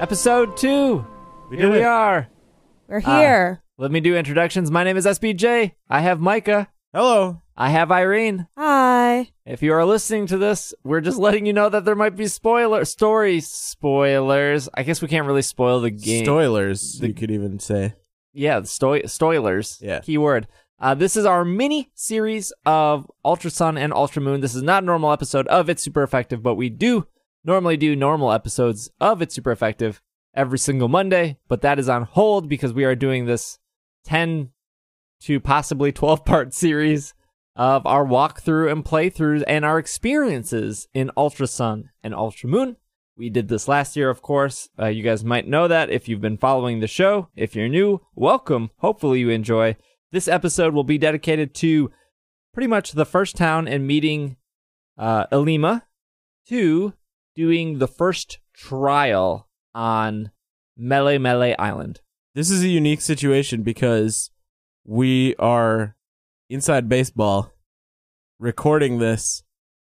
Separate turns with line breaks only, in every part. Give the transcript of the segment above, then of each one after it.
Episode two.
We
Here
did
we
it.
are.
We're
Ah.
here.
Let me do introductions. My name is SBJ. I have Micah.
Hello.
I have Irene.
Hi.
If you are listening to this, we're just letting you know that there might be spoiler story spoilers. I guess we can't really spoil the game.
Stoilers, you could even say.
yeah, the sto- stoilers.
Yeah.
Keyword. Uh, this is our mini series of Ultra Sun and Ultra Moon. This is not a normal episode of It's Super Effective, but we do normally do normal episodes of It's Super Effective every single Monday, but that is on hold because we are doing this 10 to possibly 12 part series of our walkthrough and playthroughs and our experiences in Ultra Sun and Ultra Moon. We did this last year, of course. Uh, you guys might know that if you've been following the show. If you're new, welcome. Hopefully, you enjoy. This episode will be dedicated to pretty much the first town and meeting uh, Elima, to doing the first trial on Mele Mele Island.
This is a unique situation because we are inside baseball recording this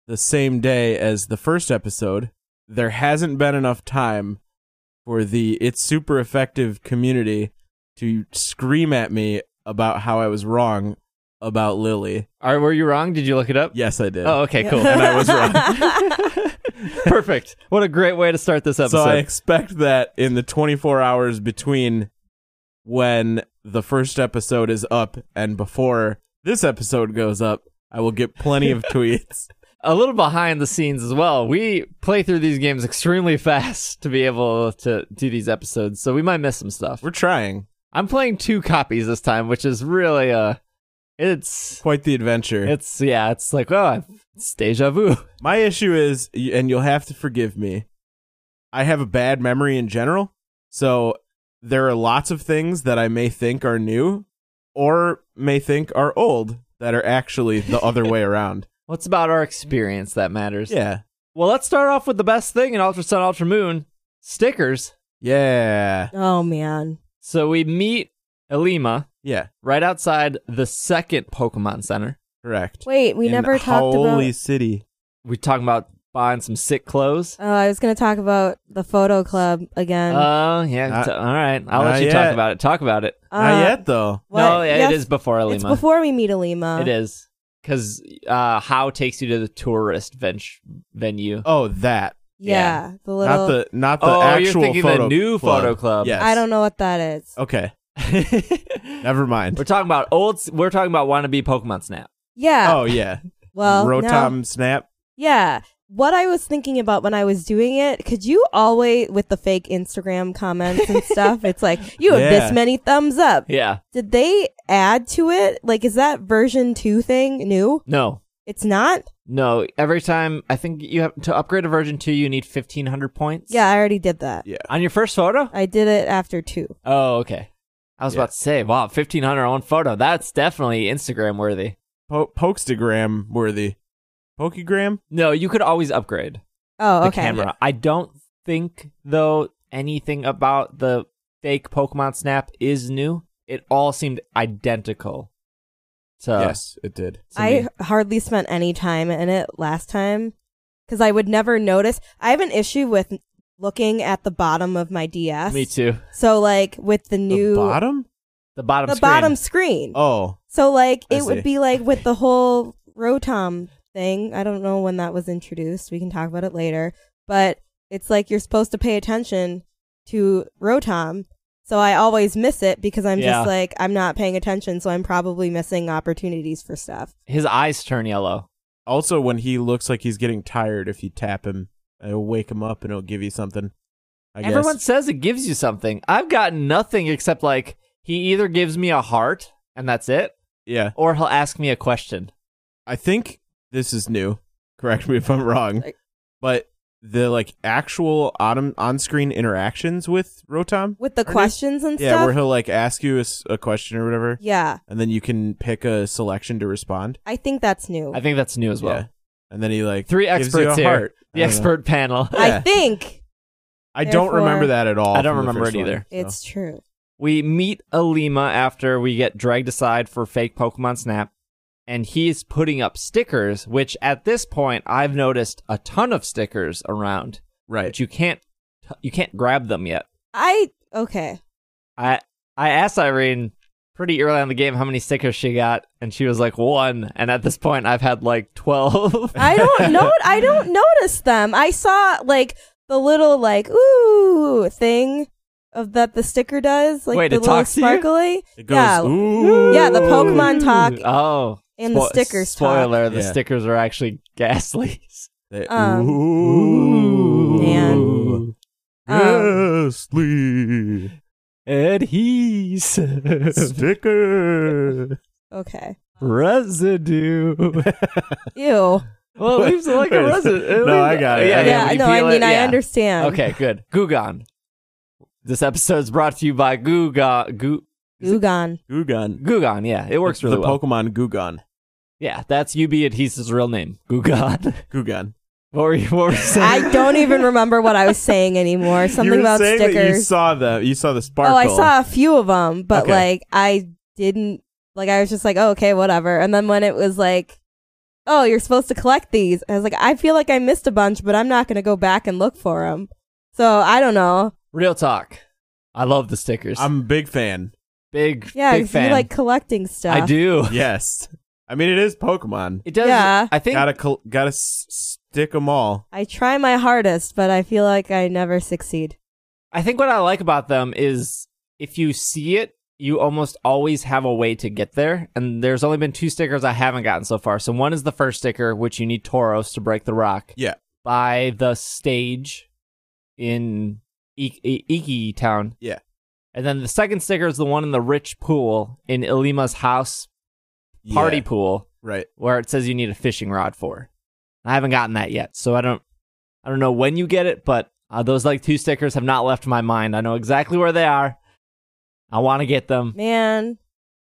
the same day as the first episode. There hasn't been enough time for the It's Super Effective community to scream at me about how I was wrong about Lily.
Are were you wrong? Did you look it up?
Yes, I did.
Oh, okay, cool.
And I was wrong.
Perfect. What a great way to start this episode.
So I expect that in the 24 hours between when the first episode is up and before this episode goes up, I will get plenty of tweets.
a little behind the scenes as well. We play through these games extremely fast to be able to do these episodes, so we might miss some stuff.
We're trying.
I'm playing two copies this time, which is really uh it's
Quite the adventure.
it's yeah, it's like oh, I've- it's deja vu.
My issue is, y- and you'll have to forgive me, I have a bad memory in general. So there are lots of things that I may think are new or may think are old that are actually the other way around.
What's about our experience that matters?
Yeah.
Well, let's start off with the best thing in Ultra Sun, Ultra Moon stickers.
Yeah.
oh man.
So we meet Elima
Yeah.
right outside the second Pokemon Center.
Correct.
Wait, we
in
never talked
Holy
about.
City.
We're talking about buying some sick clothes.
Oh, I was gonna talk about the photo club again.
Oh, yeah.
Not-
t- all right. I'll
not
let you talk
yet.
about it. Talk about it.
Uh,
Uh, Not yet, though.
What?
No, yeah,
Yes,
it is before Elima.
It's before we meet Alima.
It is. Because uh, How takes you to the tourist ven- venue.
Oh, that.
Yeah, the little.
Not the not the
Oh, you're
actual
thinking the
photo
new
club.
photo club.
Yes.
I don't know what that is.
Okay. Never mind.
we're talking about old, s- we're talking about wannabe Pokemon Snap.
Yeah.
Oh yeah.
well, now-
Rotom Snap.
yeah. What I was thinking about when I was doing it, could you always with the fake Instagram comments and stuff? It's like you have
Yeah.
this many thumbs up.
Yeah.
Did they add to it? Like, is that version two thing new?
No.
It's not.
No, every time I think you have to upgrade a version 2, you need 1500 points.
Yeah, I already did that.
Yeah.
On your first photo?
I did it after two.
Oh, okay. I was
Yeah.
about to say, wow, 1500 on one photo. That's definitely Instagram worthy.
Po- Pokestagram worthy. Pokegram?
No, you could always upgrade
Oh,
the
okay.
camera. I don't think, though, anything about the fake Pokemon Snap is new. It all seemed identical to.
yes, it did.
to
I
me.
hardly spent any time in it last time because I would never notice. I have an issue with looking at the bottom of my DS.
Me too.
So, like, with the new
the bottom?
The bottom
the
screen.
bottom screen.
Oh.
So, like,
I
it
see.
would be like with the whole Rotom thing. I don't know when that was introduced. We can talk about it later. But it's like you're supposed to pay attention to Rotom. So I always miss it because I'm
Yeah.
just like, I'm not paying attention. So I'm probably missing opportunities for stuff.
His eyes turn yellow.
Also when he looks like he's getting tired if you tap him, it'll wake him up and it'll give you something. I guess.
Everyone says it gives you something. I've gotten nothing except like he either gives me a heart and that's it,
yeah.
or he'll ask me a question.
I think this is new. Correct me if I'm wrong,
Like-
but the like actual on on screen interactions with Rotom.
With the
Are they-
questions and
Yeah, where
stuff.
he'll like ask you a, s- a question or whatever,
Yeah.
and then you can pick a selection to respond
I think that's new.
I think that's new as well.
Yeah. And then he like
Three
gives you
experts
a
here.
heart. I
The
don't know.
expert panel.
yeah.
I think
I don't remember
Therefore-
that at all.
I don't
from the
remember
first
it
one,
either.
so.
it's true.
We meet Alima after we get dragged aside for fake Pokemon Snap. and he's putting up stickers, which at this point I've noticed a ton of stickers around,
Right.
but you can't you can't grab them yet.
I okay.
I I asked Irene pretty early on in the game how many stickers she got, and she was like one. And at this point, I've had like twelve.
I don't know. I don't notice them. I saw like the little like ooh thing of that the sticker does, like
Wait,
the
it
little
talks to you?
sparkly.
It goes.
Yeah.
Ooh.
Yeah, the Pokemon talk
Oh,
and the
spo-
stickers talk.
Spoiler: the
Yeah.
stickers are actually ghastlies.
They-
Um,
Ooh.
man. Um,
Ghastly
Adhesive
sticker
Okay.
residue.
Ew.
well, it leaves like a
Wait.
residue. It
No,
leaves-
I got it.
Yeah, yeah,
I
Yeah,
when you
no, I
peel it,
mean I
yeah.
understand.
Okay, good. Gugon. This episode's brought to you by Gugon. Gu-
Ugon.
Gugon.
Gugon, yeah, it works really
the
well.
Pokemon Gugon.
Yeah, that's UB Adhesive's real name, Gugon.
Gugon.
What were you, what were you saying?
I don't even remember what I was saying anymore. Something
you were
about
saying that you
stickers.
saw the you saw the sparkle.
Oh, I saw a few of them, but
Okay.
like I didn't like I was just like, oh, okay, whatever. And then when it was like, oh, you're supposed to collect these, I was like, I feel like I missed a bunch, but I'm not gonna go back and look for them. So I don't know.
real talk. I love the stickers. I'm
I'm a big fan.
big,
Yeah,
big
'cause you
fan.
like collecting stuff.
I do.
Yes. I mean, it is Pokemon.
It does.
Yeah.
I think
Gotta col- gotta s- stick them all.
I try my hardest, but I feel like I never succeed.
I think what I like about them is if you see it, you almost always have a way to get there. And there's only been two stickers I haven't gotten so far. So one is the first sticker, which you need Tauros to break the rock.
Yeah.
By the stage in I- I- Iki Town.
Yeah.
And then the second sticker is the one in the rich pool in Ilima's house party
Yeah,
pool
right.
where it says you need a fishing rod for. I haven't gotten that yet, so I don't I don't know when you get it, but uh, those like two stickers have not left my mind. I know exactly where they are. I want to get them.
Man,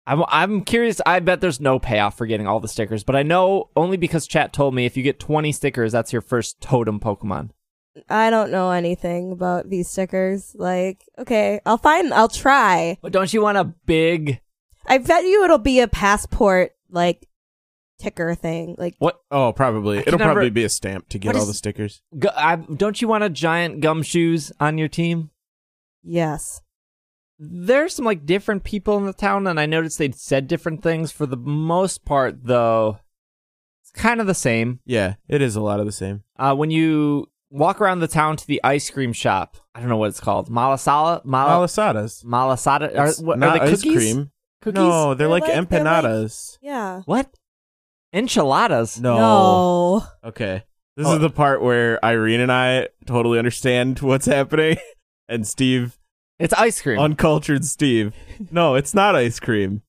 I'm I'm curious. I bet there's no payoff for getting all the stickers, but I know only because chat told me if you get 20 stickers, that's your first totem Pokemon.
I don't know anything about these stickers. Like, okay, I'll find, I'll try.
But don't you want a big
I bet you it'll be a passport, like, ticker thing. Like,
Oh, probably.
I can
It'll
never-
probably be a stamp to get
What
all
is-
the stickers.
gu- I, don't you want a giant gumshoes on your team?
yes.
there's some like different people in the town and i noticed they'd said different things for the most part though it's kind of the same
Yeah, it is a lot of the same.
uh, when you walk around the town to the ice cream shop i don't know what it's called malasala Mal-
Malasadas.
malasada
It's
are, what,
not
are they
ice
cookies
cream.
cookies
No, they're,
They're
like,
like- they're like-
empanadas.
Yeah.
what enchiladas
No.
No.
Okay. This
Oh.
is the part where Irene and I totally understand what's happening, and Steve,
it's ice cream
uncultured Steve. No, it's not ice cream.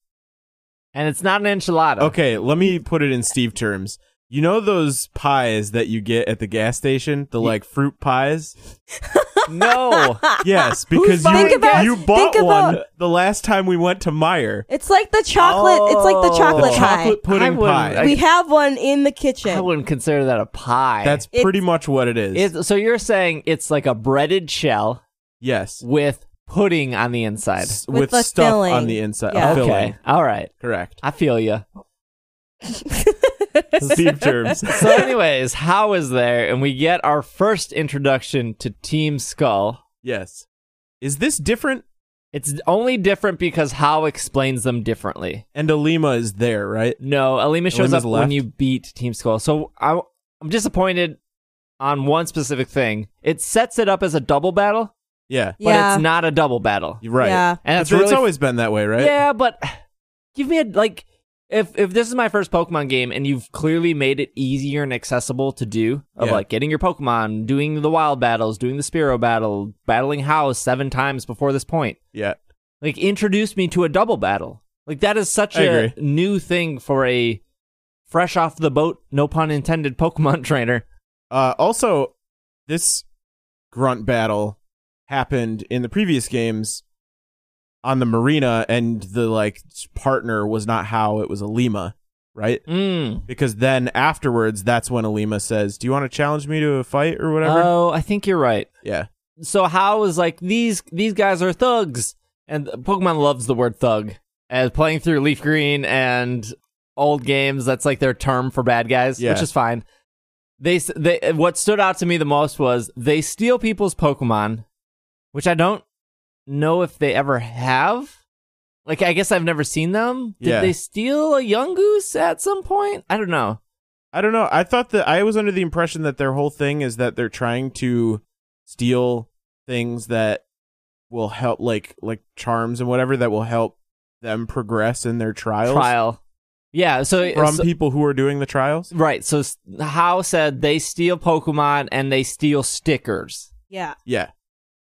and it's not an enchilada
Okay, let me put it in Steve terms. You know those pies that you get at the gas station, the like fruit pies?
no
Yes, because you,
buying gas?
you
Think
bought
about-
one the last time we went to Meyer.
It's like the chocolate, it's like the
Oh.
The
chocolate pie.
chocolate pudding
I wouldn't-
pie.
I-
we have one in the kitchen.
i wouldn't consider that a pie
That's
It's-
pretty much what it is.
It's- so you're saying it's like a breaded shell
yes.
with pudding on the inside
S-
With
With,
the
stuff
filling.
on the inside.
Yeah.
a
okay
Filling.
all right
Correct.
i feel you
Steve terms.
so anyways how is there and we get our first introduction to team skull
Yes. Is this different?
it's only different because how explains them differently
And Alima is there, right?
no alima shows
Alima's
up when
left.
you beat team skull so I, i'm disappointed on one specific thing it sets it up as a double battle
Yeah.
but
yeah.
it's not a double battle
You're Right.
Yeah.
and
But
that's
it's
really
always been that way, right?
Yeah, but give me a like if if this is my first Pokemon game and you've clearly made it easier and accessible to do of
Yeah.
like getting your Pokemon, doing the wild battles, doing the Spearow battle, battling House seven times before this point.
Yeah.
Like introduce me to a double battle. Like that is such
I
a
agree.
new thing for a fresh off the boat, no pun intended, Pokemon trainer.
Uh, also, this grunt battle happened in the previous games on the marina, and the like partner was not how it was Alima, right?
Mm.
Because then afterwards, that's when Alima says, "Do you want to challenge me to a fight or whatever?"
Oh, I think you're right.
yeah,
so how is like these these guys are thugs and pokemon loves the word thug and playing through leaf green and old games. That's like their term for bad guys,
Yeah.
which is fine. They s- they what stood out to me the most was they steal people's Pokemon, which I don't know if they ever have. Like I guess I've never seen them. Did
Yeah.
they steal a young goose at some point? I don't know.
I don't know. I thought that I was under the impression that their whole thing is that they're trying to steal things that will help, like like charms and whatever that will help them progress in their trials
Trial. Yeah, so
from
so-
people who are doing the trials.
right, so s- How said they steal Pokemon and they steal stickers.
Yeah.
Yeah,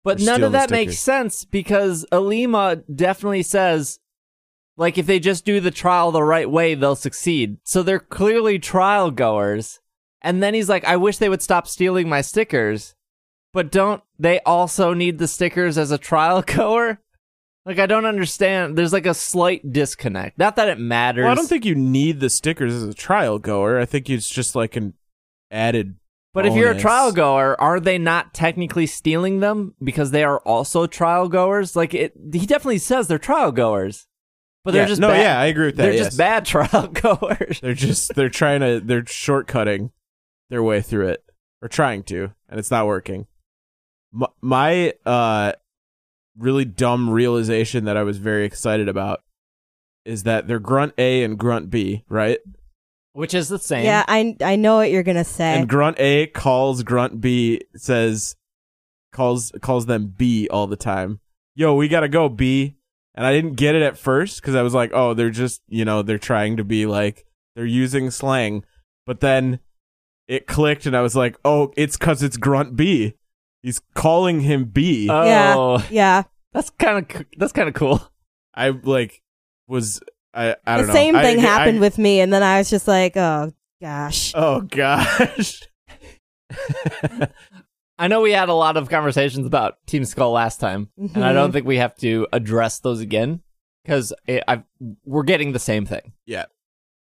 But
They're
none of
stealing
that
stickers.
makes sense because Alima definitely says, like, if they just do the trial the right way, they'll succeed. So they're clearly trial goers. And then he's like, I wish they would stop stealing my stickers. But don't they also need the stickers as a trial goer? Like, I don't understand. There's like a slight disconnect. Not that it matters.
well, I don't think you need the stickers as a trial goer. I think it's just like an added.
But if you're a
bonus.
trial goer, are they not technically stealing them because they are also trial goers? Like it, he definitely says they're trial goers, but they're
Yeah,
just
no,
bad,
yeah, I agree with that.
they're
yes.
just bad trial goers.
They're just they're trying to they're shortcutting their way through it or trying to, and it's not working. My, my uh really dumb realization that I was very excited about is that they're grunt A and grunt B, right?
Which is the same.
Yeah, I I know what you're gonna say.
And grunt A calls grunt B says calls calls them B all the time. Yo, we got to go B. And I didn't get it at first cuz I was like, "Oh, they're just, you know, they're trying to be like they're using slang." But then it clicked and I was like, "Oh, it's cuz it's grunt B. He's calling him B." I
Uh,
Oh,
Yeah. yeah,
that's kind of that's kind of cool.
like was I I
the
don't know.
same
I-
thing
I-
happened with me, and then I was just like, oh gosh.
Oh gosh.
I know we had a lot of conversations about Team Skull last time, and I
Mhm.
don't think we have to address those again because we're getting the same thing.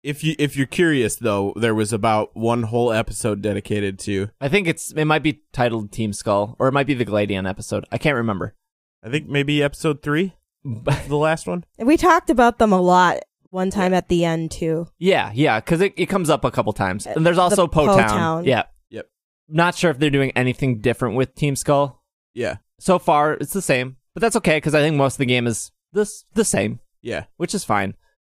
if you if you're curious though, there was about one whole episode dedicated to
I think it's it might be titled Team Skull or it might be the Gladion episode. I can't remember.
I think maybe episode three, the last one.
We talked about them a lot one time at the end too.
Yeah, yeah, because it, it comes up a couple times. And there's
The
also
Po
Potown.
Town.
Yeah.
Yep.
Not sure if they're doing anything different with Team Skull.
Yeah,
So far, it's the same, but that's okay because I think most of the game is this the same,
yeah,
which is fine.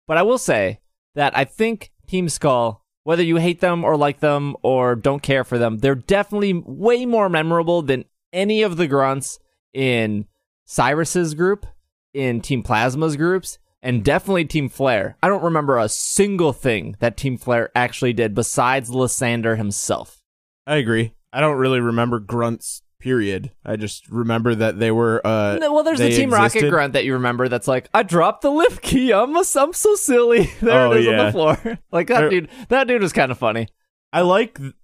But I will say that I think Team Skull, whether you hate them or like them or don't care for them, they're definitely way more memorable than any of the grunts in Cyrus's group, in Team Plasma's groups, and definitely Team Flare. I don't remember a single thing that Team Flare actually did besides Lysander himself.
I agree. I don't really remember grunts. Period. I just remember that they were. Uh,
No, well, there's the
they
Team
existed.
Rocket grunt that you remember that's like, I dropped the lift key. I'm, a, I'm so silly. there
Oh,
it is on
yeah. Er,
the floor. like that
There-
dude. That dude was kind of funny.
I like th-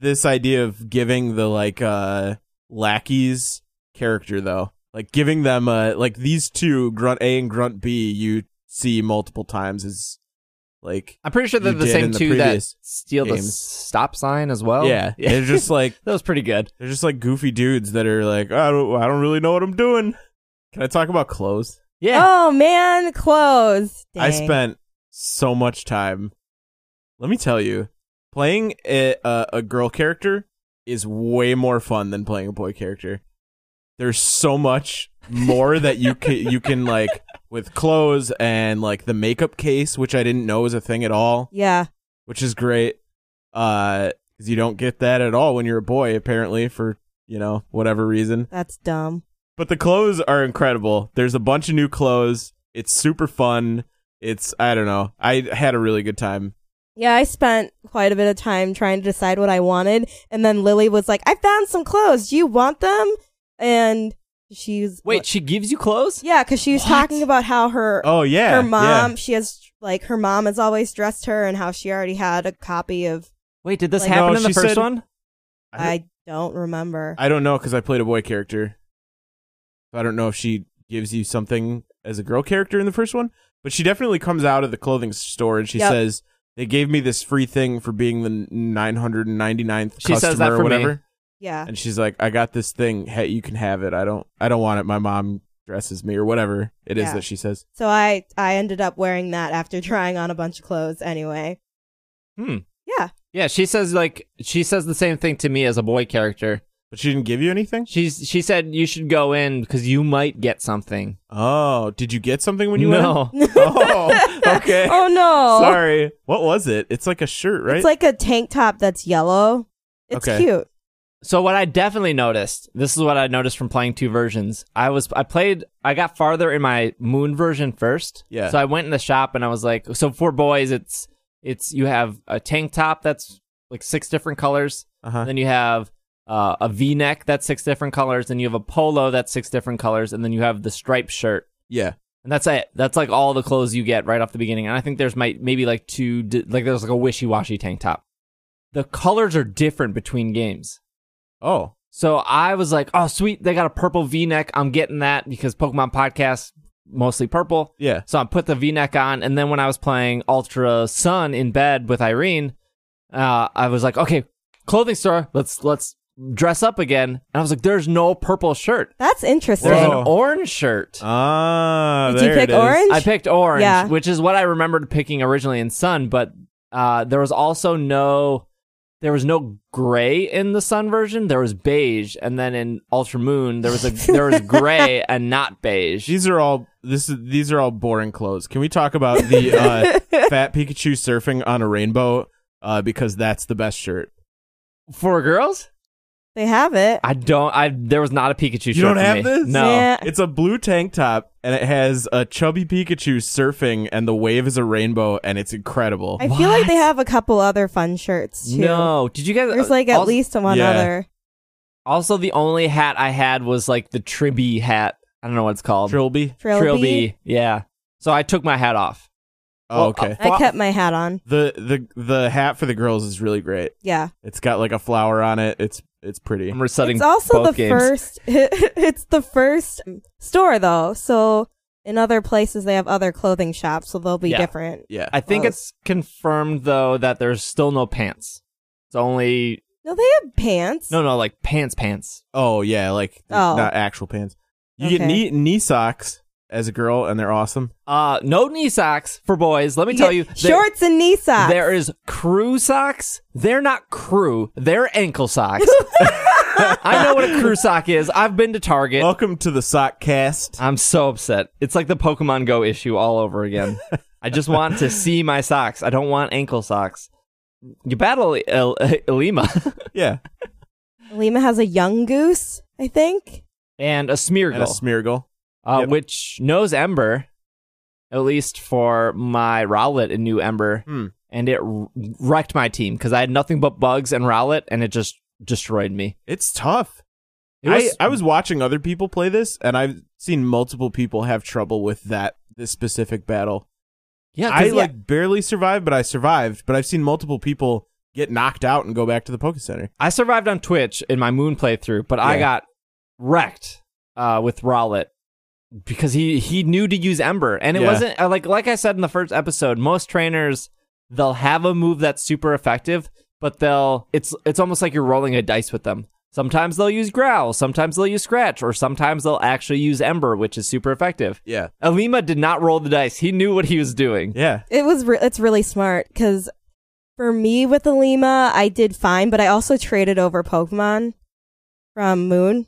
this idea of giving the like uh lackeys character though. Like giving them uh like these two grunt A and grunt B you see multiple times is like
I'm pretty sure they're
You
the
did
same
in the
two that
previous
steal the
games.
stop sign as well.
Oh, yeah, they're just like
that was pretty good.
They're just like goofy dudes that are like, I don't, I don't really know what I'm doing. Can I talk about clothes?
Yeah.
Oh man, clothes.
I
Dang.
spent so much time. Let me tell you, playing a, a, a girl character is way more fun than playing a boy character. There's so much more that you can you can like with clothes and like the makeup case, which I didn't know was a thing at all.
Yeah,
which is great. Uh, 'cause you don't get that at all when you're a boy, apparently, for you know whatever reason.
that's dumb.
But the clothes are incredible. There's a bunch of new clothes. It's super fun. It's I don't know. I had a really good time.
Yeah, I spent quite a bit of time trying to decide what I wanted, and then Lily was like, "I found some clothes. Do you want them?" And she's
Wait, she gives you clothes?
yeah, because she was
What?
talking about how her
Oh yeah,
her mom
yeah.
she has like her mom has always dressed her, and how she already had a copy of
Wait, did this
Like-
happen
No,
in the
she
first
said-
one?
I-
I don't remember.
I don't know because I played a boy character. So I don't know if she gives you something as a girl character in the first one, but she definitely comes out of the clothing store and she
Yep.
says, "They gave me this free thing for being the 999th
She
customer
says that
or
for me.
whatever."
yeah.
and she's like, "I got this thing. Hey, you can have it. I don't. I don't want it. My mom dresses me or whatever it is
Yeah.
that she says.
So I I ended up wearing that after trying on a bunch of clothes anyway.
Hmm.
Yeah.
Yeah, she says like she says the same thing to me as a boy character.
But she didn't give you anything?
She's she said you should go in because you might get something.
Oh, did you get something when you
no,
went? in? Oh, okay.
Oh no.
Sorry. What was it? It's like a shirt, right?
It's like a tank top that's yellow. It's
Okay.
cute.
So what I definitely noticed, this is what I noticed from playing two versions. I was I played I got farther in my moon version first.
Yeah.
So I went in the shop and I was like, so for boys it's it's you have a tank top that's like six different colors.
uh-huh.
Then you have uh, a V neck that's six different colors. Then you have a polo that's six different colors, and then you have the striped shirt.
Yeah.
And that's it. That's like all the clothes you get right off the beginning. And I think there's might maybe like two di- like there's like a wishy washy tank top. The colors are different between games.
Oh.
So I was like, oh, sweet. They got a purple v neck. I'm getting that because Pokemon podcast, mostly purple.
Yeah.
So I put the v neck on. And then when I was playing Ultra Sun in bed with Irene, uh, I was like, okay, clothing store, let's, let's dress up again. And I was like, there's no purple shirt.
That's interesting.
There's
Whoa.
an orange shirt.
Ah,
Did you
there
pick
it is.
orange?
I picked orange,
Yeah.
which is what I remembered picking originally in Sun, but uh, there was also no there was no gray in the Sun version. There was beige, and then in Ultra Moon there was a there was gray and not beige.
These are all this is these are all boring clothes. Can we talk about the uh, fat Pikachu surfing on a rainbow? Uh, because that's the best shirt.
For girls,
they have it.
Ah,
I don't. I there was not a Pikachu.
You
shirt
don't
for
have
me.
this?
No.
Yeah.
It's a blue tank top and it has a chubby Pikachu surfing and the wave is a rainbow and it's incredible.
I feel like
What?
they have a couple other fun shirts too.
No, did you guys?
There's like at
also,
least one
Yeah.
other.
Also, the only hat I had was like the Tribby hat. I don't know what it's called.
Trilby.
Trilby.
Trilby, Yeah. So I took my hat off.
Oh,
Well,
okay.
uh,
I kept my hat on.
the the the hat for the girls is really great.
Yeah.
It's got like a flower on it. It's it's pretty.
I'm resetting.
It's also
both
the
games.
first it's the first store though. So in other places they have other clothing shops, so they'll be
Yeah.
different.
Yeah.
I think
Oh.
it's confirmed though that there's still no pants. It's only
No, they have pants.
no, no, like pants, pants.
oh yeah, like
Oh.
not actual pants. You get
Okay.
knee knee socks as a girl and they're awesome.
Uh, no knee socks for boys. Let me
You
tell
get
you, there-
shorts and knee socks.
There is crew socks. They're not crew. They're ankle socks. I know what a crew sock is. I've been to Target.
Welcome to the sock cast.
I'm so upset. It's like the Pokemon Go issue all over again. I just want to see my socks. I don't want ankle socks. You battle El- Elima
yeah.
Lima has a young goose, I think.
and a Smeargle.
And a smeargle.
uh,
Yep.
which knows Ember, at least for my Rowlet and new Ember,
Hmm.
and it r- wrecked my team because I had nothing but bugs and Rowlet, and it just destroyed me.
It's tough.
It was,
I, I was watching other people play this, and I've seen multiple people have trouble with that this specific battle.
yeah, 'cause-
I like barely survived, but I survived. But I've seen multiple people get knocked out and go back to the Poké Center.
I survived on Twitch in my Moon playthrough, but I
Yeah.
got wrecked uh, with Rowlet because he he knew to use Ember, and it
Yeah.
wasn't uh, like like I said in the first episode. Most trainers they'll have a move that's super effective, but they'll it's it's almost like you're rolling a dice with them. Sometimes they'll use Growl, sometimes they'll use Scratch, or sometimes they'll actually use Ember, which is super effective.
Yeah,
Alima did not roll the dice; he knew what he was doing.
yeah,
It was re- it's really smart because for me with the Lima, I did fine, but I also traded over Pokemon from Moon,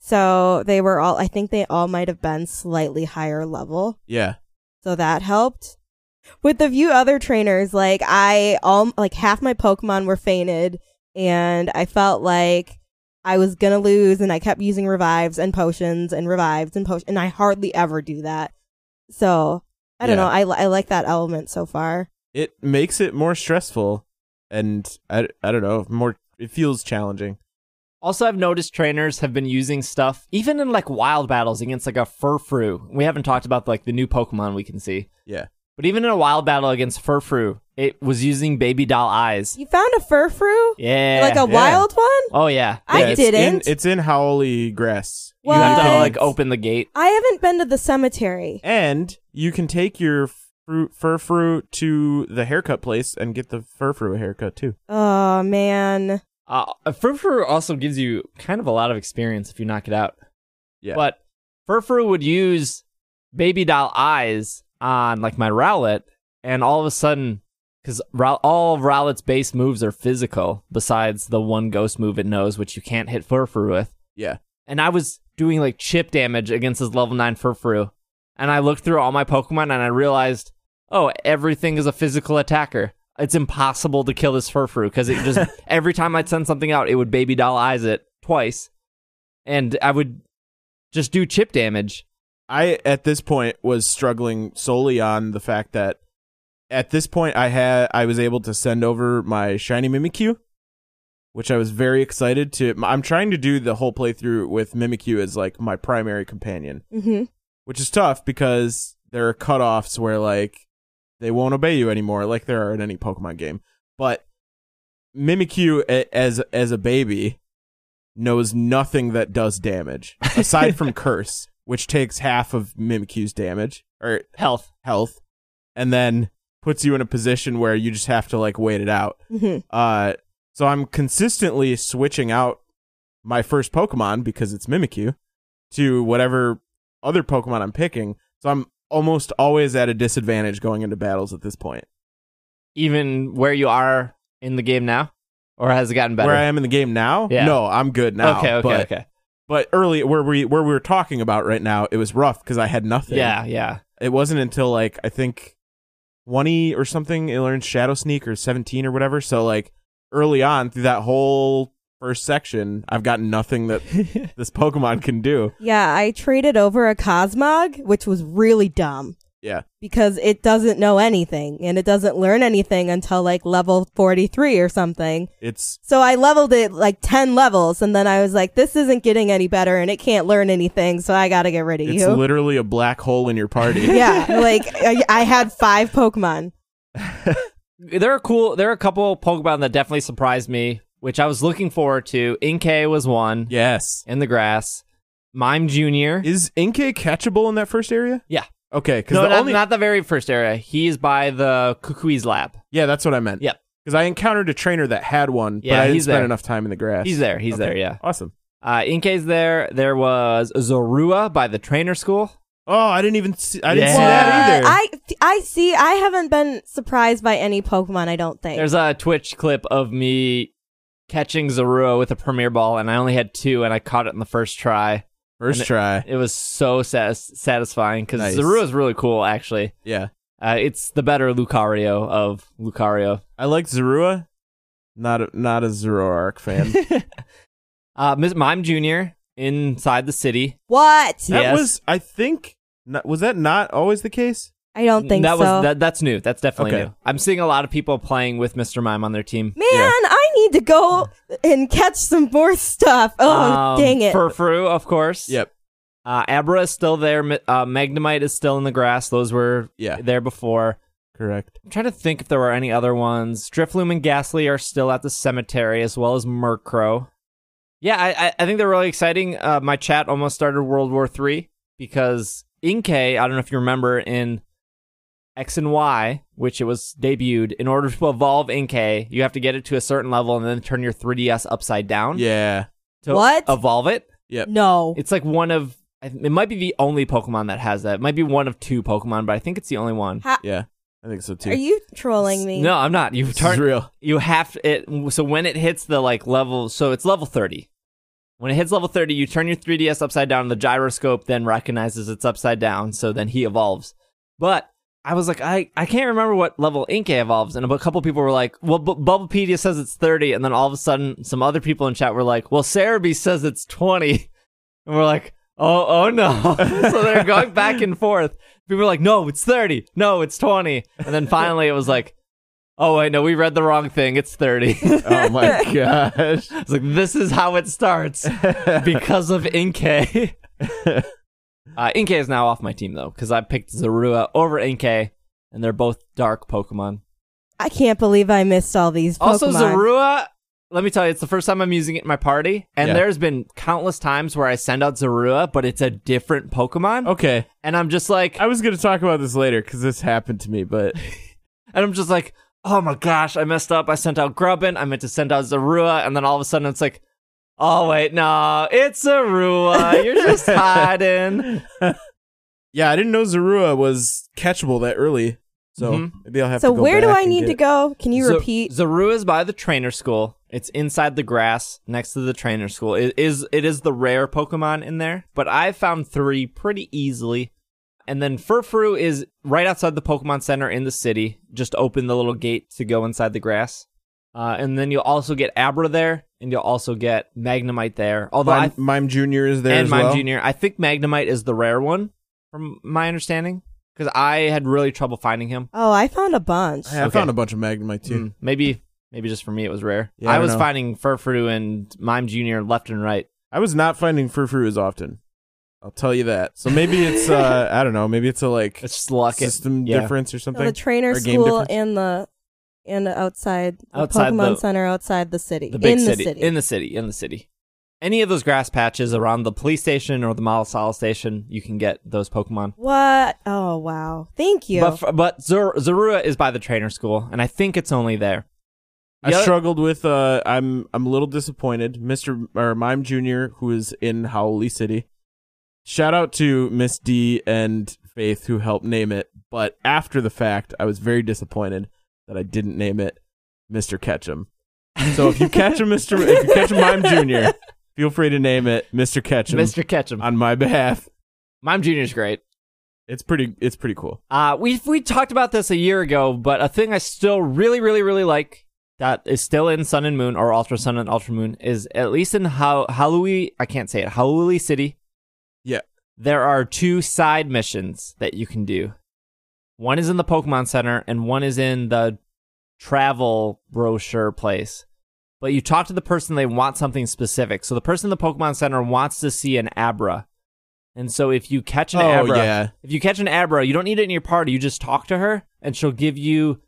so they were all. I think they all might have been slightly higher level,
yeah.
so that helped. With the few other trainers, like I all like half my Pokemon were fainted, and I felt like I was gonna lose, and I kept using revives and potions and revives and potions, and I hardly ever do that. So I don't
Yeah.
know. I li- I like that element so far.
It makes it more stressful, and I, I don't know more. It feels challenging.
Also, I've noticed trainers have been using stuff, even in like wild battles against like a Furfru. We haven't talked about like the new Pokemon we can see,
Yeah,
but even in a wild battle against Furfru, it was using baby doll eyes.
You found a furfru,
Yeah.
like a wild one.
Oh yeah.
I
Yeah, it's
didn't.
In, it's in Howley Grass,
You have to
What?
like open the gate.
I haven't been to the cemetery.
and you can take your fruit, fur fruit to the haircut place and get the fur fruit haircut too.
Oh man,
Uh, Furfru also gives you kind of a lot of experience if you knock it out.
Yeah.
But Furfuru would use baby doll eyes on like my Rowlet, and all of a sudden, because all of Rowlet's base moves are physical, besides the one ghost move it knows, which you can't hit Furfuru with.
Yeah.
And I was doing like chip damage against his level nine Furfuru, and I looked through all my Pokemon and I realized, oh, everything is a physical attacker. It's impossible to kill this Furfuru because it just every time I'd send something out, it would baby doll eyes it twice, and I would just do chip damage.
I at this point was struggling solely on the fact that at this point I had I was able to send over my shiny Mimikyu, which I was very excited to. I'm trying to do the whole playthrough with Mimikyu as like my primary companion,
Mm-hmm.
which is tough because there are cutoffs where like they won't obey you anymore, like there are in any Pokemon game. But Mimikyu a- as as a baby knows nothing that does damage aside from Curse, which takes half of Mimikyu's damage or
Health.
health, and then puts you in a position where you just have to like wait it out.
Mm-hmm.
Uh, so I'm consistently switching out my first Pokemon because it's Mimikyu to whatever other Pokemon I'm picking. So I'm almost always at a disadvantage going into battles at this point.
even where you are in the game now, or has it gotten better?
Where I am in the game now,
Yeah.
no, I'm good now.
okay, okay,
but,
okay.
But early where we where we were talking about right now, it was rough because I had nothing.
Yeah, yeah.
it wasn't until like I think twenty or something it learned Shadow Sneak or seventeen or whatever. So like early on through that whole first section, I've gotten nothing that this Pokemon can do.
Yeah, I traded over a Cosmog, which was really dumb.
Yeah.
Because it doesn't know anything and it doesn't learn anything until like level 43 or something.
It's
So I leveled it like 10 levels and then I was like, this isn't getting any better and it can't learn anything, so I gotta get rid of
it's
you.
literally a black hole in your party.
yeah, like I, I had five Pokemon.
There are cool. There are a couple Pokemon that definitely surprised me, which I was looking forward to. Inkay was one
yes.
in the grass. Mime Junior.
Is Inkay catchable in that first area?
Yeah.
Okay, because
No,
the
not,
only
not the very first area. He is by the Kukui's lab.
yeah, that's what I meant.
Yep.
Because I encountered a trainer that had one, but
Yeah,
I didn't
he's
spend
there.
enough time in the grass.
He's there. He's there. Yeah.
Awesome.
Uh, Inkay's there. There was Zorua by the trainer school.
Oh, I didn't even see. I didn't see
Yeah.
that either.
I, I see, I haven't been surprised by any Pokemon, I don't think.
There's a Twitch clip of me catching Zorua with a Premier Ball, and I only had two, and I caught it in the first try.
First
and-
try.
It was so satis- satisfying because
Nice.
Zorua is really cool, actually.
Yeah.
Uh, it's the better Lucario of Lucario.
I like Zorua. Not a, not a Zoroark fan. that
Uh, Ms. Mime Jr. inside the city.
what?
Yes.
was, I think, not, was that not always the case?
I don't think
that
so.
was that, that's new. That's definitely
Okay.
new. I'm seeing a lot of people playing with Mr. Mime on their team.
Man, I need to go and catch some more stuff. Oh,
Um,
dang it.
Furfru, of course. Uh, Abra is still there. Mi- Uh, Magnemite is still in the grass. Those were
Yeah.
there before.
Correct.
I'm trying to think if there were any other ones. Drifloom and Ghastly are still at the cemetery, as well as Murkrow. Yeah, I, I, I think they're really exciting. Uh, my chat almost started World War Three because Inkay, I don't know if you remember in X and Y, which it was debuted, in order to evolve Inkay, you have to get it to a certain level and then turn your 3DS upside down
Yeah.
to
What?
evolve it.
no.
It's like one of, it might be the only Pokemon that has that. It might be one of two Pokemon, but I think it's the only one.
Yeah. I think so too.
Are you trolling me?
No, I'm not. You've
This is
turned
real.
you have to, it so when it hits the like level so it's level 30 when it hits level 30 you turn your 3ds upside down the gyroscope then recognizes it's upside down so then he evolves but i was like i, I can't remember what level inkay evolves and a couple people were like well B- bubblepedia says it's 30 and then all of a sudden some other people in chat were like well Cerebi says it's 20 and we're like oh oh no so they're going back and forth people were like no it's 30 no it's 20 and then finally it was like Oh wait, no, we read the wrong thing. It's thirty. I
Oh my gosh.
was like, this is how it starts because of Inkay. uh, Inkay is now off my team though because I picked Zorua over Inkay, and they're both dark Pokemon.
I can't believe I missed all these Pokemon.
Also, Zorua. Let me tell you, it's the first time I'm using it in my party, and
Yeah.
there's been countless times where I send out Zorua, but it's a different Pokemon,
Okay.
and I'm just like,
I was going to talk about this later because this happened to me, but
and I'm just like, oh my gosh, I messed up. I sent out Grubbin. I meant to send out Zorua, and then all of a sudden it's like, Oh wait, no, it's a Rua. You're just hiding.
Yeah, I didn't know Zorua was catchable that early. So
Mhm.
maybe I'll have
Mm-hmm. So
to go
where do
back
I
and
need
get
to
it.
go? Can you
Za-
repeat?
Zaru is by the trainer school. It's inside the grass next to the trainer school. It is it is the rare Pokemon in there, but I found three pretty easily. And then Furfru is right outside the Pokemon Center in the city. Just open the little gate to go inside the grass. Uh, and then you'll also get Abra there, and you'll also get Magnemite there. Although I
Mime, Mime Junior is there
and
as
Mime
well.
Junior. I think Magnemite is the rare one, from my understanding, because I had really trouble finding him.
Oh, I found a bunch.
I have
Okay.
found a bunch of Magnemite too.
Mm, maybe, maybe just for me it was rare.
Yeah, I
I
don't
was
know.
finding Furfru and Mime Junior left and right.
I was not finding Frou as often. I'll tell you that. So maybe it's uh I don't know, maybe it's a like
It's just luck. It-
system
yeah.
difference or
So
something.
the trainer
Or game
school
difference?
and the and the outside, the
Outside
Pokemon
the-
Center outside the city.
The big
in
city.
the city.
in the city, in the city. Any of those grass patches around the police station or the Malasala station, you can get those Pokemon.
what? Oh wow. Thank you.
But, f- but Zer- Zorua is by the trainer school, and I think it's only there.
I
Yeah.
struggled with uh I'm I'm a little disappointed. Mr. or Mime Jr. who is in Howley City. Shout out to Miss D and Faith who helped name it, but after the fact I was very disappointed that I didn't name it Mr. Ketchum. So if you catch a Mr. if you catch a Mime Jr., feel free to name it Mr. Ketchum
Mr. Ketchum.
on my behalf.
Mime Junior's great.
It's pretty it's pretty cool.
Uh, we we talked about this a year ago, but a thing I still really, really, really like that is still in Sun and Moon or Ultra Sun and Ultra Moon is at least in how Halui. I can't say it. Halui City.
Yeah.
There are two side missions that you can do. One is in the Pokemon Center, and one is in the travel brochure place. But you talk to the person; they want something specific. So the person in the Pokemon Center wants to see an Abra, and so if you catch an Abra, if you catch an Abra, you don't need it in your party. You just talk to her, and she'll give you.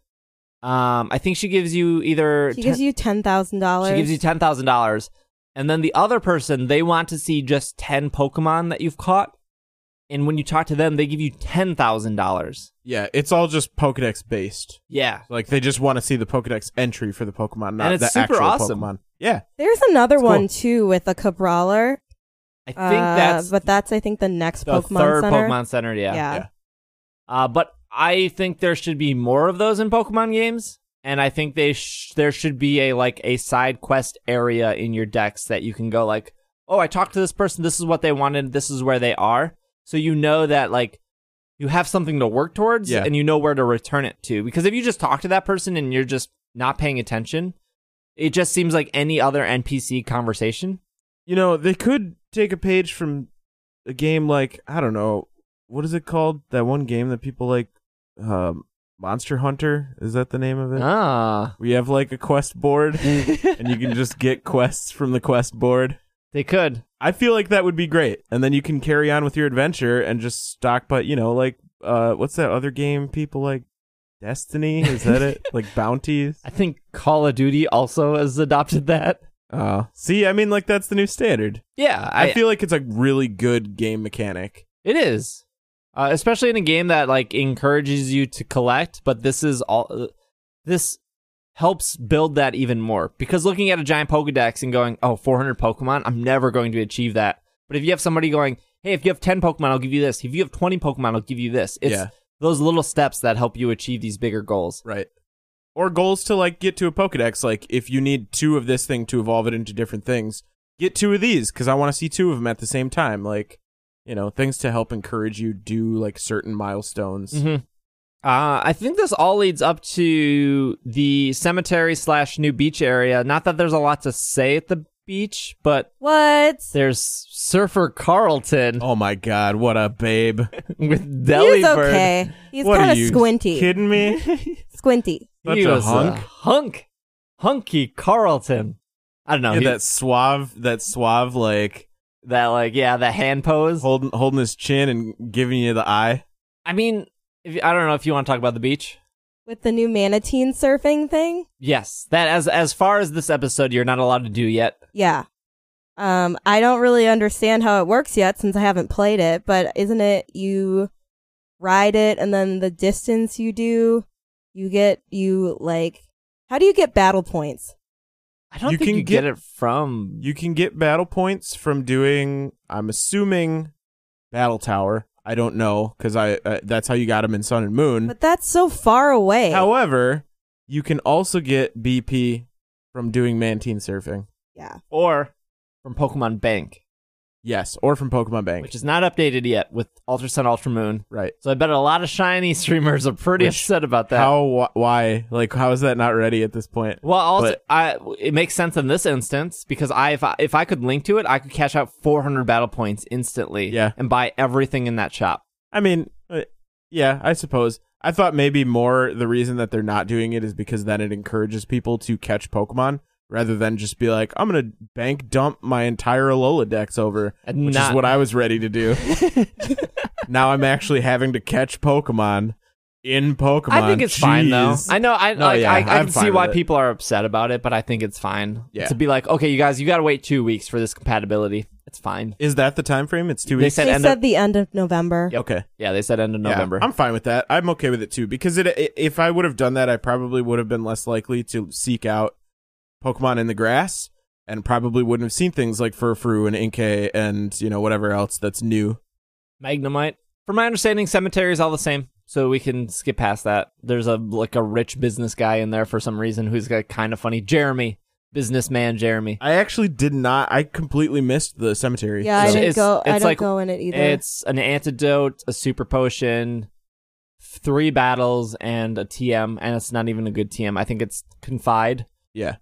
Um, I think she gives you either
she gives you ten thousand dollars.
she gives you ten thousand dollars, and then the other person they want to see just ten Pokemon that you've caught, and when you talk to them, they give you ten thousand dollars.
Yeah, it's all just Pokedex based.
Yeah,
Like they just want to see the Pokedex entry for the Pokemon, not
And it's
the
super
actual
awesome.
Pokemon. Yeah.
There's another
It's cool.
one too with a Cabrawler.
I think
Uh,
that's
but that's I think the next
the
Pokemon
third
Center.
Pokemon Center. Yeah,
yeah.
Yeah.
Uh, but I think there should be more of those in Pokemon games, and I think they sh- there should be a like a side quest area in your decks that you can go like, oh, I talked to this person. This is what they wanted. This is where they are. So you know that like you have something to work towards,
Yeah.
and you know where to return it to. Because if you just talk to that person and you're just not paying attention, it just seems like any other NPC conversation.
You know, they could take a page from a game like I don't know, what is it called? That one game that people like um Monster Hunter, is that the name of it?
Ah,
We have like a quest board and you can just get quests from the quest board.
they could.
I feel like that would be great. And then you can carry on with your adventure and just stock but you know, like uh what's that other game people like Destiny? Is that it? like bounties?
I think Call of Duty also has adopted that.
Uh see, I mean like that's the new standard.
Yeah,
I, feel like it's a really good game mechanic.
It is, uh, especially in a game that like encourages you to collect. But this is all. uh, this helps build that even more because looking at a giant Pokedex and going, "Oh, 400 Pokemon, I'm never going to achieve that." But if you have somebody going, "Hey, if you have 10 Pokemon, I'll give you this. If you have 20 Pokemon, I'll give you this." It's
Yeah.
those little steps that help you achieve these bigger goals.
Right. Or goals to like get to a Pokedex, like if you need two of this thing to evolve it into different things, get two of these because I want to see two of them at the same time. Like, you know, things to help encourage you do like certain milestones.
Mhm. Uh, I think this all leads up to the cemetery slash new beach area. Not that there's a lot to say at the beach, but
What?
There's Surfer Carlton
Oh my god, what a babe.
with Delibird.
He's okay. He's
What are
kind of
you,
squinty.
Kidding me?
Squinty.
Such
he
a
was
hunk.
hunk. Hunky Carlton. I don't know.
Yeah,
he-
that suave, that suave, like
that, like, yeah, the hand pose.
holding holding his chin and giving you the eye.
I mean, if, I don't know if you want to talk about the beach.
With the new manatee surfing thing?
Yes, that as as far as this episode, you're not allowed to do yet.
Yeah. Um, I don't really understand how it works yet since I haven't played it, but isn't it you ride it and then the distance you do, you get you like how do you get battle points?
I don't
You
think
can
you get,
get-
it from.
You can get battle points from doing. I'm assuming battle tower. I don't know because I uh, that's how you got them in Sun and
Hmm.
Moon.
But that's so far away.
However, you can also get BP from doing Mantine surfing.
yeah.
or from Pokemon Bank,
Yes, or from Pokemon Bank.
which is not updated yet with Ultra Sun, Ultra Moon.
right.
So I bet a lot of shiny streamers are pretty
Which-
upset about that.
How? Wh- why? Like, how is that not ready at this point?
well, also,
but-
I, it makes sense in this instance because I if, I if I could link to it, I could cash out 400 battle points instantly
Yeah.
and buy everything in that shop.
I mean, uh, yeah, I suppose. I thought maybe more the reason that they're not doing it is because then it encourages people to catch Pokemon rather than just be like, I'm gonna bank dump my entire Alola Dex over,
And
which
not-
is what I was ready to do. now I'm actually having to catch Pokemon in Pokemon.
I think it's fine though.
Jeez.
I know I
No,
like,
yeah,
I, I
I'm
can
fine
see
with
why
it.
people are upset about it, but I think it's fine.
Yeah.
To be like, okay, you guys, you got to wait 2 weeks for this compatibility. It's fine.
is that the time frame? It's two
They
weeks.
said
they
end
said
of
the end of November.
Yep.
okay.
Yeah, they said end of
Yeah,
November.
I'm fine with that. I'm okay with it too because it, i if I would have done that, I probably would have been less likely to seek out Pokemon in the grass and probably wouldn't have seen things like Furfru and Inkay and you know whatever else that's new.
Magnemite. From my understanding, cemetery is all the same, so we can skip past that. There's a like a rich business guy in there for some reason who's got kind of funny. Jeremy, businessman Jeremy.
I actually did not. I completely missed the cemetery.
Yeah, I
So
didn't
it's-
go. I
it's
don't
like-
go in it either.
It's an antidote, a super potion, three battles, and a TM, and it's not even a good TM. I think it's confide.
yeah.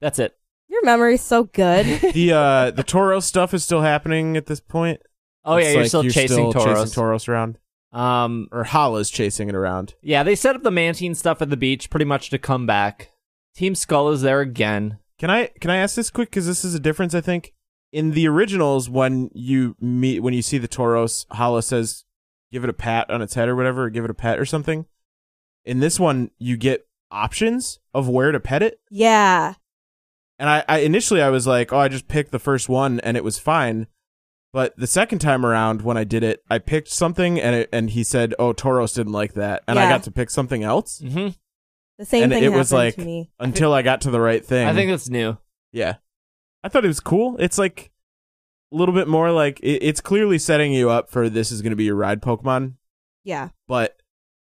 That's it.
Your memory's so good.
The uh the Tauros stuff is still happening at this point.
Oh
It's
yeah, you're
like
still chasing Tauros.
chasing Tauros around,
um,
or Hala's chasing it around.
yeah, they set up the Mantine stuff at the beach pretty much to come back. Team Skull is there again.
Can I can I ask this quick because this is a difference I think in the originals when you meet when you see the Tauros, Hala says, "Give it a pat on its head or whatever, or give it a pet or something." In this one, you get options of where to pet it,
yeah.
and I, I initially I was like, "Oh, I just picked the first one and it was fine," but the second time around when I did it, I picked something and it, and he said, "Oh, Tauros didn't like that," and I
Yeah.
got to pick something else
hmm
The same
And
thing
it
happened
was like-
to me.
until I got to the right thing.
I think that's new.
Yeah. I thought it was cool. It's like a little bit more like it, it's clearly setting you up for this is going to be your ride Pokemon,
Yeah.
but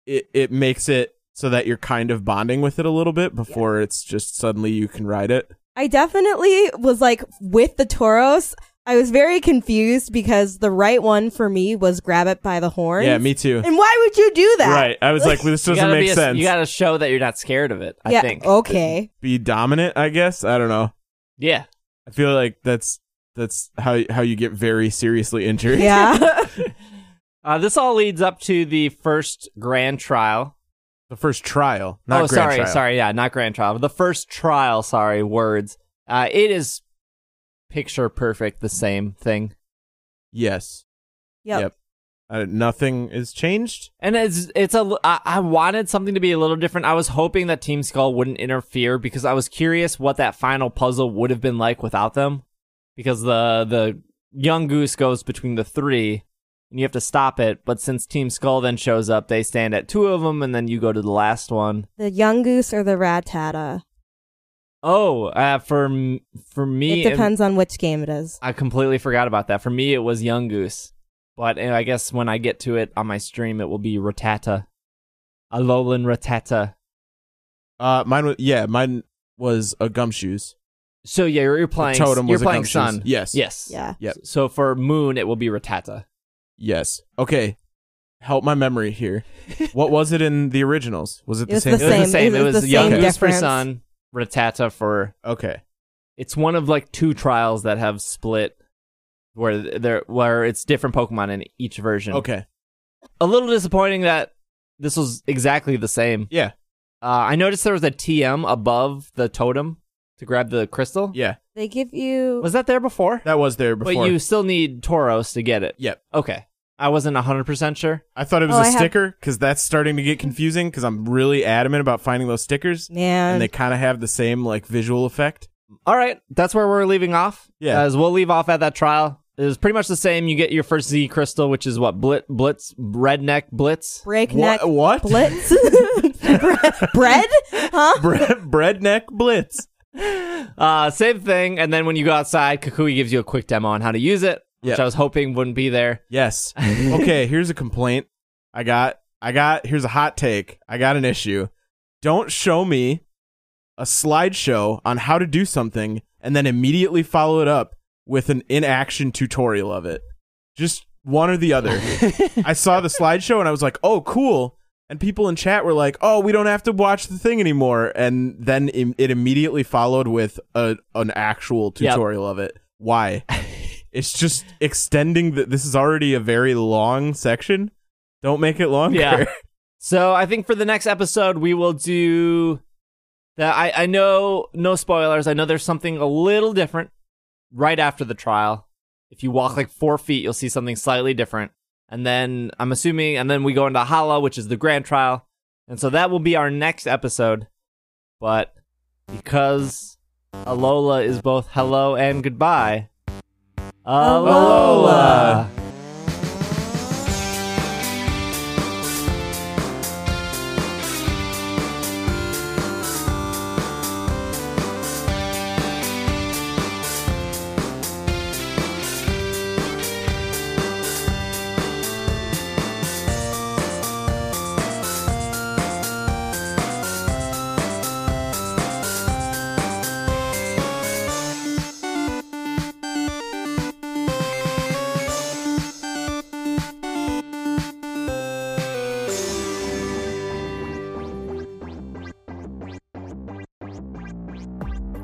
it it makes it so that you're kind of bonding with it a little bit before it's just suddenly you can ride it.
I definitely was like with the Tauros. I was very confused because the right one for me was grab it by the horn.
Yeah, me too.
And why would you do that?
Right. I was like, well, this
You
doesn't
gotta be
make
a-
sense.
You got to show that you're not scared of it. I
yeah. Oh.
think.
Okay.
be dominant, I guess. I don't know.
Yeah.
I feel like that's that's how how you get very seriously injured.
Yeah.
Uh, this all leads up to the first grand trial.
The first trial, not
oh,
grand
sorry,
trial.
sorry, yeah, not grand trial. The first trial. Sorry, words. Uh, it is picture perfect. The same thing,
Yes.
yep.
Yep. Uh, nothing is changed.
and it's it's a. l- I, I wanted something to be a little different. I was hoping that Team Skull wouldn't interfere because I was curious what that final puzzle would have been like without them, because the the young goose goes between the three. And you have to stop it, but since Team Skull then shows up, they stand at two of them, and then you go to the last one.
The young goose or the ratata.
Oh, uh, for m- for me,
It
and-
depends on which game it is.
I completely forgot about that. For me, it was Young Goose, but uh, I guess when I get to it on my stream, it will be Ratata, Alolan Ratata.
Uh, mine was yeah, mine was a gumshoes.
So yeah, you're, you're playing.
totem
you're
was a
playing
gumshoes.
Sun.
Yes.
Yes.
Yeah.
Yep.
So for Moon, it will be Ratata.
Yes. Okay. Help my memory here. what was it in the originals? Was it the
It's
same?
It was
thing?
the same.
It
It was,
was the
Young
same
Goose for
difference.
Sun, Ratata for.
Okay.
It's one of like two trials that have split, where there where it's different Pokemon in each version.
Okay.
A little disappointing that this was exactly the same.
Yeah.
Uh, I noticed there was a TM above the totem to grab the crystal.
Yeah.
They give you
Was that there before?
That was there before.
But you still need Tauros to get it.
Yep.
Okay. I wasn't 100% sure.
I thought it was
Oh,
a
I have-
sticker because that's starting to get confusing because I'm really adamant about finding those stickers
man.
and they kind of have the same like visual effect.
All right. That's where we're leaving off.
Yeah.
As we'll leave off at that trial. It was pretty much the same. You get your first Z crystal, which is what? Blitz, Blitz, Redneck, Blitz.
breakneck
Wha- what?
blitz. Bre- bread? Huh?
Bre- breadneck blitz.
Uh, same thing. And then when you go outside, Kakui gives you a quick demo on how to use it, which
Yeah.
I was hoping wouldn't be there.
Yes. okay, here's a complaint. I got I got here's a hot take. I got an issue. Don't show me a slideshow on how to do something and then immediately follow it up with an in-action tutorial of it. Just one or the other. I saw the slideshow and I was like, "Oh, cool." And people in chat were like, "Oh, we don't have to watch the thing anymore." And then im- it immediately followed with a, an actual
Yep.
tutorial of it. Why? it's just extending that this is already a very long section don't make it longer
Yeah. So I think for the next episode we will do that I, I know no spoilers. I know there's something a little different right after the trial. If you walk like four feet, you'll see something slightly different. And then I'm assuming and then we go into Hala, which is the grand trial. And so that will be our next episode. But because Alola is both hello and goodbye.
Alola.
Alola.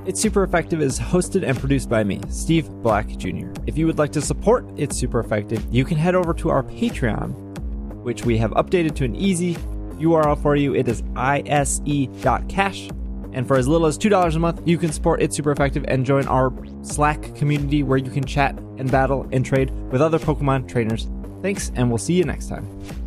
It's Super Effective is hosted and produced by me, Steve Black Jr. If you would like to support It's Super Effective, you can head over to our Patreon, which we have updated to an easy URL for you. It is ise.cash. And for as little as $2 a month, you can support It's Super Effective and join our Slack community where you can chat and battle and trade with other Pokemon trainers. Thanks, and we'll see you next time.